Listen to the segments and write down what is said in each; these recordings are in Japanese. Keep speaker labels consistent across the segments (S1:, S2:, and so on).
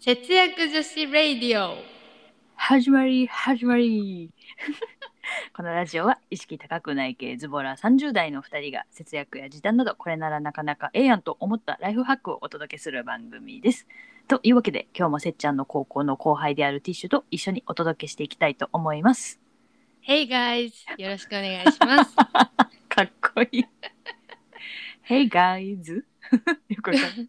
S1: 節約女子レイディオ
S2: 始まり始まり このラジオは意識高くない系ズボラ30代の2人が節約や時短などこれならなかなかええやんと思ったライフハックをお届けする番組です。というわけで今日もせっちゃんの高校の後輩であるティッシュと一緒にお届けしていきたいと思います。
S1: Hey guys よろしくお願いします
S2: かっこいい。hey guys! よくわかんない。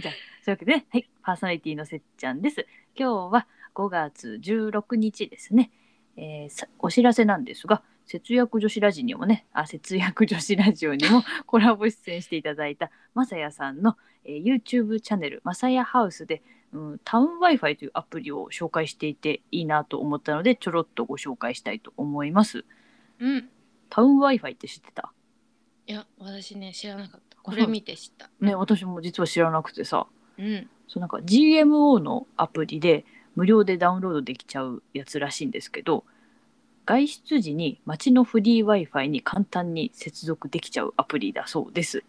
S2: じゃあ、そういうわけで、はい、パーソナリティのせっちゃんです。今日は5月16日ですね。えーさお知らせなんですが、節約女子ラジにもね、あ、節約女子ラジオにも コラボ出演していただいたまさやさんの、えー YouTube チャンネル、まさやハウスで、うん、タウン Wi-Fi というアプリを紹介していていいなと思ったので、ちょろっとご紹介したいと思います。
S1: うんい
S2: タウン Wi-Fi って知ってた
S1: や私ね知らなかったこれ見て知った
S2: ね、私も実は知らなくてさ
S1: うん
S2: そうなんか GMO のアプリで無料でダウンロードできちゃうやつらしいんですけど外出時に街のフリー w i f i に簡単に接続できちゃうアプリだそうです。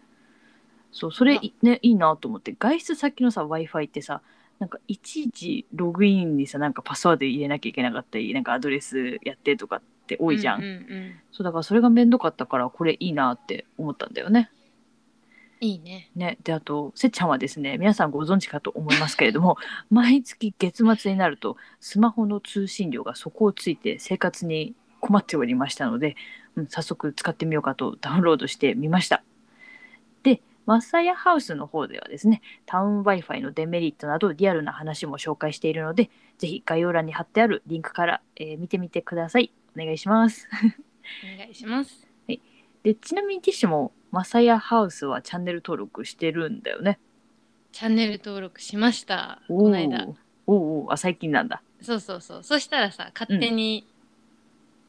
S2: そうそれ
S1: あ
S2: ねいいなと思って外出先のさ w i f i ってさなんかいちいちログインにさなんかパスワード入れなきゃいけなかったりなんかアドレスやってとかって多いじゃん、
S1: うんうんうん
S2: そうだからそれが面倒かったからこれいいなって思ったんだよね。
S1: いいね
S2: ね、であとせっちゃんはですね皆さんご存知かと思いますけれども 毎月月末になるとスマホの通信料が底をついて生活に困っておりましたので、うん、早速使ってみようかとダウンロードしてみました。でマサヤハウスの方ではですねタウン Wi-Fi のデメリットなどリアルな話も紹介しているのでぜひ概要欄に貼ってあるリンクから、えー見てみてください。お願いします。
S1: お願いします
S2: でちなみにティッシュもマサヤハウスはチャンネル登録してるんだよね。
S1: チャンネル登録しました
S2: お
S1: この間
S2: ーおーあ最近なんだ。
S1: そうそうそうそしたらさ勝手に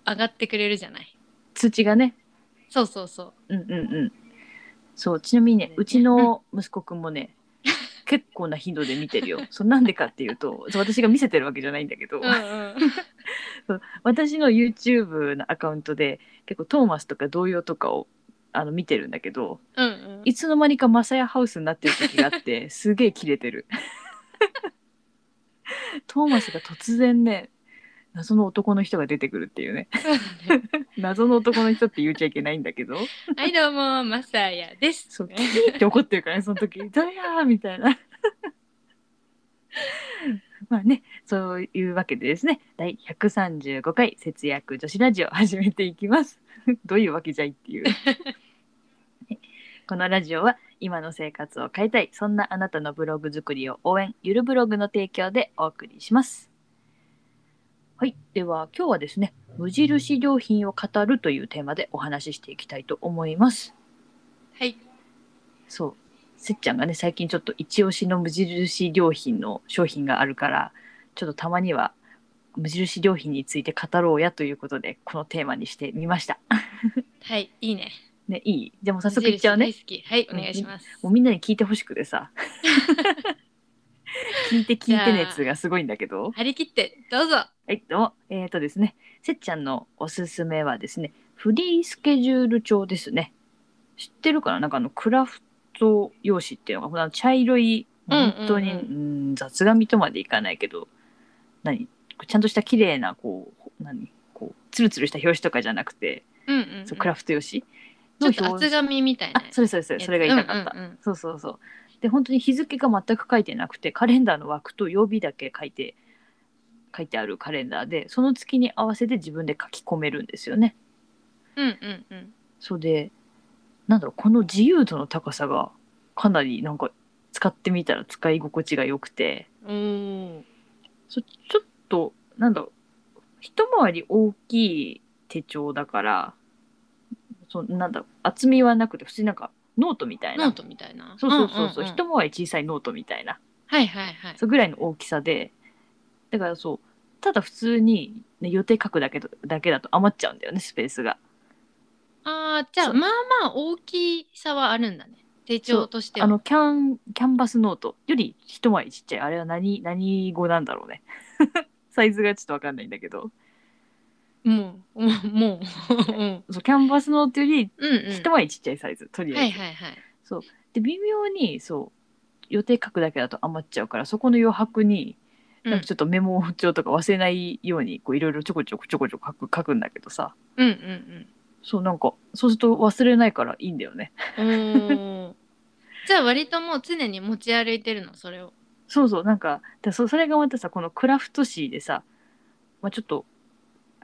S1: 上がってくれるじゃない、
S2: 通知がね。
S1: そうそうそう
S2: うんうんうん。そうちなみにねうちの息子くんもね、結構な頻度で見てるよ。そうなんでかっていうとそう私が見せてるわけじゃないんだけど、
S1: うんうん
S2: 私の YouTube のアカウントで結構トーマスとか童謡とかをあの見てるんだけど
S1: うんうん
S2: いつの間にかマサヤハウスになってる時があって すげえキレてるトーマスが突然ね謎の男の人が出てくるっていうね
S1: そうだね
S2: 謎の男の人って言っちゃいけないんだけど
S1: はいどうもマサヤです
S2: そうキーって怒ってるからねその時「どやー!」みたいな。 まあねそういうわけでですね第135回節約女子ラジオ始めていきます。 どういうわけじゃいっていう。このラジオは今の生活を変えたいそんなあなたのブログ作りを応援ゆるブログの提供でお送りします。はいでは今日はですね無印良品を語るというテーマでお話ししていきたいと思います。
S1: はい
S2: そうせっちゃんがね最近ちょっと一押しの無印良品の商品があるからちょっとたまには無印良品について語ろうやということでこのテーマにしてみました。
S1: はいいいね
S2: ねいいじゃあもう早速いっちゃう
S1: 無
S2: ね。
S1: 印大好きはいお願いします、
S2: もうみんなに聞いてほしくて さ聞いて聞いて熱がすごいんだけど。
S1: 張り切ってどうぞ
S2: はい、どうも。えっ、とですね、せっちゃんのおすすめはですね、フリースケジュール帳ですね。知ってるかななんかあの、クラフト用紙っていうのが、ほら、茶色い、
S1: うんうんうん
S2: 本当に、うん雑紙とまでいかないけど、何ちゃんとした綺麗な、こう、何こう、ツルツルした表紙とかじゃなくて、
S1: うんうん、うん、
S2: そうクラフト用紙
S1: ちょ
S2: の
S1: っ
S2: 表
S1: と厚紙みたいな
S2: あ、それそれそれ、それが言いたかった。
S1: うんうんうん
S2: そうそうそう。で、本当に日付が全く書いてなくて、カレンダーの枠と曜日だけ書いて、書いてあるカレンダーで、その月に合わせて自分で書き込めるんですよね。
S1: うんうんうん
S2: そうで、なんだろう、この自由度の高さが、かなりなんか、使ってみたら使い心地が良くて、
S1: おー
S2: そちょっと、なんだろう、一回り大きい手帳だから、そうなんだろう、厚みはなくて、普通になんか、ノートみたい
S1: ノ
S2: な
S1: ー。トみたいな
S2: そうそうそうそう、
S1: んんん
S2: 一回り小さいノートみたいな。
S1: はいはいはい
S2: そうぐらいの大きさでだからそうただ普通に、ね、予定書くだけどだけだと余っちゃうんだよねスペースが
S1: あーじゃあ
S2: そう
S1: まあまあ大きさはあるんだね手帳としては
S2: あのキャンキャンバスノートより一回りちっちゃいあれは何何語なんだろうね サイズがちょっと分かんないんだけど
S1: もうもうも ううん
S2: そうキャンバスノートより
S1: うんうん
S2: 一回りちっちゃいサイズ、とりあ
S1: は
S2: え
S1: い
S2: ず、
S1: はいはい
S2: で微妙にそう予定書くだけだと余っちゃうからそこの余白に
S1: うん
S2: なんかちょっとメモ帳とか忘れないようにこういろいろちょこちょこちょこちょこ書く書くんだけどさ
S1: うんうん
S2: そうなんかそうすると忘れないからいいんだよね。
S1: うん。おーじゃあ割ともう常に持ち歩いてるのそれを。
S2: そうそうなんかだそそれがまたさこのクラフト紙でさ、まあ、ちょっと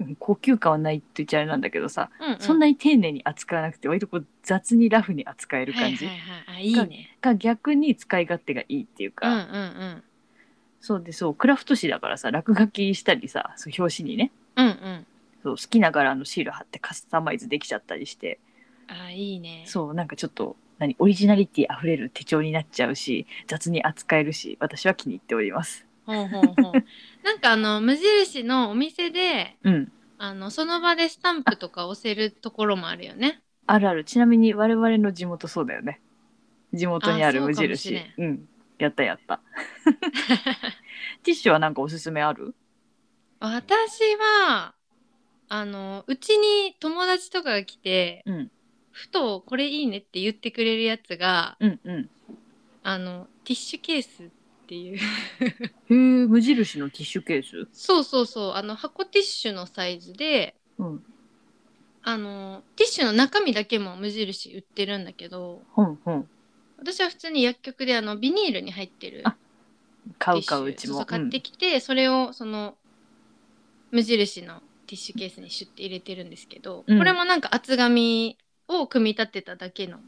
S2: うん高級感はないって言っちゃあれなんだけどさ、
S1: うん、
S2: そんなに丁寧に扱わなくて割とこう雑にラフに扱える感じ
S1: はいはいはい、あいいね。
S2: が逆に使い勝手がいいっていう
S1: うん
S2: か、
S1: うんうん。
S2: そうでそうクラフト紙だからさ落書きしたりさそう表紙にね
S1: うんうん。
S2: そう好きな柄のシール貼ってカスタマイズできちゃったりして
S1: あいいね。
S2: そうなんかちょっと何オリジナリティあふれる手帳になっちゃうし雑に扱えるし私は気に入っております。
S1: ほうほうほう。なんかあの無印のお店で
S2: うん
S1: あのその場でスタンプとか押せるところもあるよね。
S2: あるあるちなみに我々の地元そうだよね地元にある
S1: あ
S2: 無
S1: そうかもし
S2: 印
S1: れ
S2: うんやったやった ティッシュはなんかおすすめある
S1: 私はあのうちに友達とかが来て、
S2: うん
S1: ふとこれいいねって言ってくれるやつが
S2: うんうん
S1: あのティッシュケースっていう
S2: へえ無印のティッシュケース
S1: そうそうそうあの箱ティッシュのサイズで
S2: うん
S1: あのティッシュの中身だけも無印売ってるんだけど
S2: ほんほん
S1: 私は普通に薬局であのビニールに入ってる
S2: あ買う
S1: ティッシ
S2: 買
S1: ュ
S2: ううち
S1: そ
S2: も
S1: そ買ってきて、それをその無印のティッシュケースにシュッて入れてるんですけど、
S2: うん
S1: これもなんか厚紙を組み立てただけの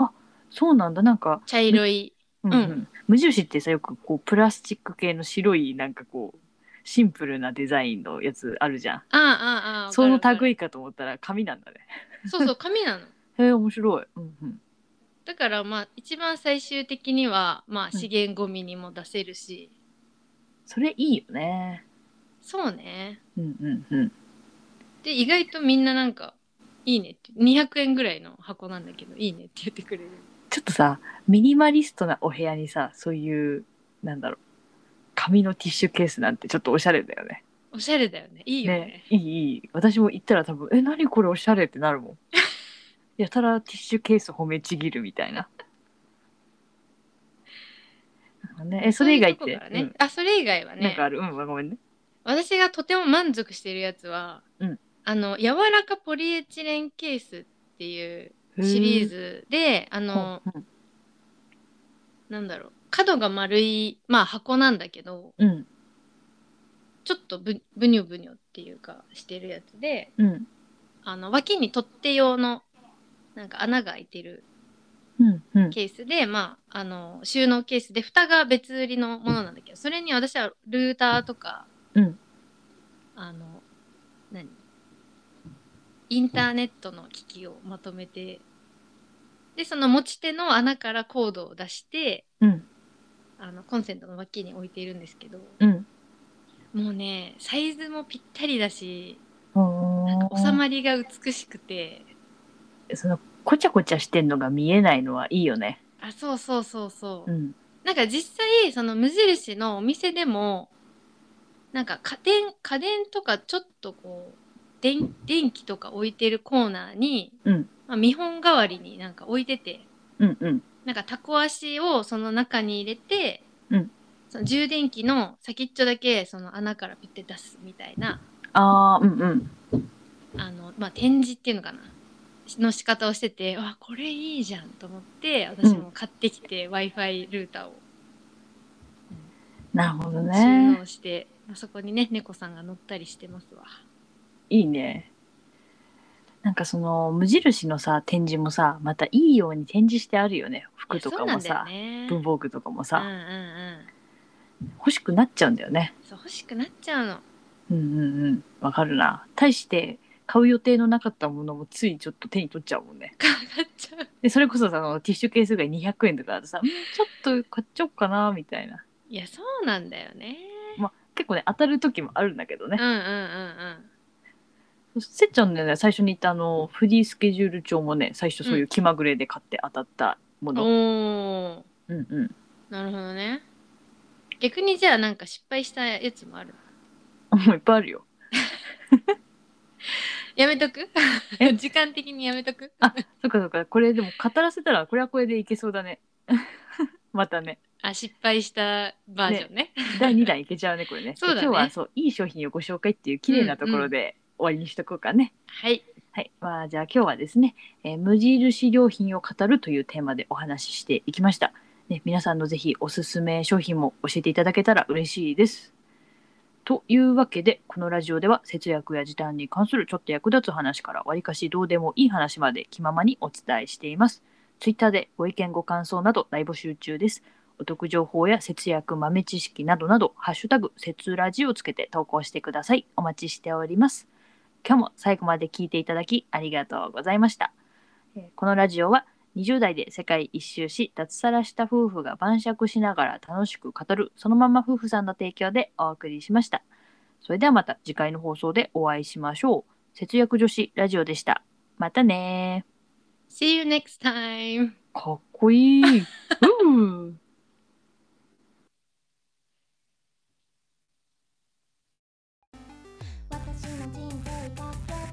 S2: うんそうなんだなんか、
S1: 茶色い、
S2: うんうん無印ってさよくこうプラスチック系の白いなんかこうシンプルなデザインのやつあるじゃん
S1: あああああ
S2: その
S1: わかるわかる
S2: 類かと思ったら紙なんだね
S1: そうそう紙なの
S2: へえ面白い、うんうん、
S1: だからまあ一番最終的にはまあ
S2: うん
S1: 資源ごみにも出せるし、
S2: それいいよね
S1: そうね
S2: うんうんうん
S1: で意外とみんななんかいいねって200円ぐらいの箱なんだけどいいねって言ってくれる
S2: ちょっとさミニマリストなお部屋にさそういうなんだろう紙のティッシュケースなんてちょっとおしゃれだよね。
S1: おしゃれだよねいいよね
S2: いいいい私も行ったら多分「え何これおしゃれ」ってなるも ん。やたらティッシュケース褒めちぎるみたいな。ね、えそれ以外っ
S1: そういう
S2: て
S1: とこからねあそれ以外は
S2: う
S1: ね
S2: ん、なんかあるうんごめんね。
S1: 私がとても満足しているやつは、
S2: うん
S1: あの柔らかポリエチレンケースっていうシリーズであの、
S2: うん
S1: なんだろう角が丸い、まあ、箱なんだけど
S2: うん
S1: ちょっとぶぶにょぶにょっていうかしてるやつで
S2: うん
S1: あの脇に取っ手用のなんか穴が開いてる
S2: うんうん
S1: ケースで、まあ、あの収納ケースで蓋が別売りのものなんだけどそれに私はルーターとか、
S2: うん
S1: あの何インターネットの機器をまとめてでその持ち手の穴からコードを出して
S2: うん
S1: あのコンセントの脇に置いているんですけど
S2: うん
S1: もうねサイズもぴったりだし
S2: うん
S1: なんか収まりが美しくて
S2: そのこちゃこちゃしてんのが見えないのはいいよね。
S1: あそうそうそうそう。
S2: うん
S1: なんか実際その無印のお店でもなんか家電家電とかちょっとこう電電気とか置いてるコーナーに、
S2: うん
S1: まあ、見本代わりになんか置いてて
S2: うんうん
S1: なんかタコ足をその中に入れて、
S2: うん
S1: その充電器の先っちょだけその穴からピッて出すみたいな
S2: あーうんうん
S1: あの、まあ、展示っていうのかなの仕方をしててわこれいいじゃんと思って私も買ってきて w i f i ルーターを
S2: なるほど
S1: 収
S2: ね。
S1: 納して、まあ、そこにね猫さんが乗ったりしてますわ
S2: いいね。なんかその無印のさ展示もさまたいいように展示してあるよね服とかも
S1: いや
S2: さ、
S1: そうなんだよ
S2: 文
S1: ね
S2: 房具とかも
S1: うんう
S2: さ、
S1: んうん
S2: 欲しくなっちゃうんだよね。
S1: そう欲しくなっちゃうの
S2: うんうんうんわかるな。対して買う予定のなかったものもついちょっと手に取っちゃうもんね。
S1: かかっちゃう
S2: でそれこそさあのティッシュケースが200円とかだとさんちょっと買っちゃおうかなみたいな。
S1: いやそうなんだよね
S2: まあ結構ね当たる時もあるんだけど
S1: うん
S2: ね
S1: う。んうんうん
S2: せっちゃんのね最初に言ったあのフリースケジュール帳もね最初そういう気まぐれで買って当たったもの。
S1: おー
S2: うんうん
S1: なるほどね逆にじゃあなんか失敗したやつもある
S2: もういっぱいあるよ。
S1: やめとく
S2: え
S1: 時間的にやめとく
S2: そっかそっか、これでも語らせたら、これはこれでいけそうだね。 またね
S1: あ失敗したバージョンね。
S2: 第2弾いけちゃうねこれね
S1: そうだね
S2: 今日はそういい商品をご紹介っていう綺麗なところで終わりにしとこうかね、
S1: はい。
S2: はい、まあ、じゃあ今日はですね、えー無印良品を語るというテーマでお話ししていきました。ね、皆さんのぜひおすすめ商品も教えていただけたら嬉しいです。というわけで、このラジオでは節約や時短に関するちょっと役立つ話からわりかしどうでもいい話まで気ままにお伝えしています。ツイッターでご意見ご感想など大募集中です。お得情報や節約豆知識などなど、ハッシュタグ、節ラジをつけて投稿してください。お待ちしております。今日も最後まで聞いていただきありがとうございました。えーこのラジオは20代で世界一周し脱サラした夫婦が晩酌しながら楽しく語るそのまま夫婦さんの提供でお送りしました。それではまた次回の放送でお会いしましょう。節約女子ラジオでした。またね
S1: See you next time!
S2: ー。かっこいい。うー
S3: 私の人生が変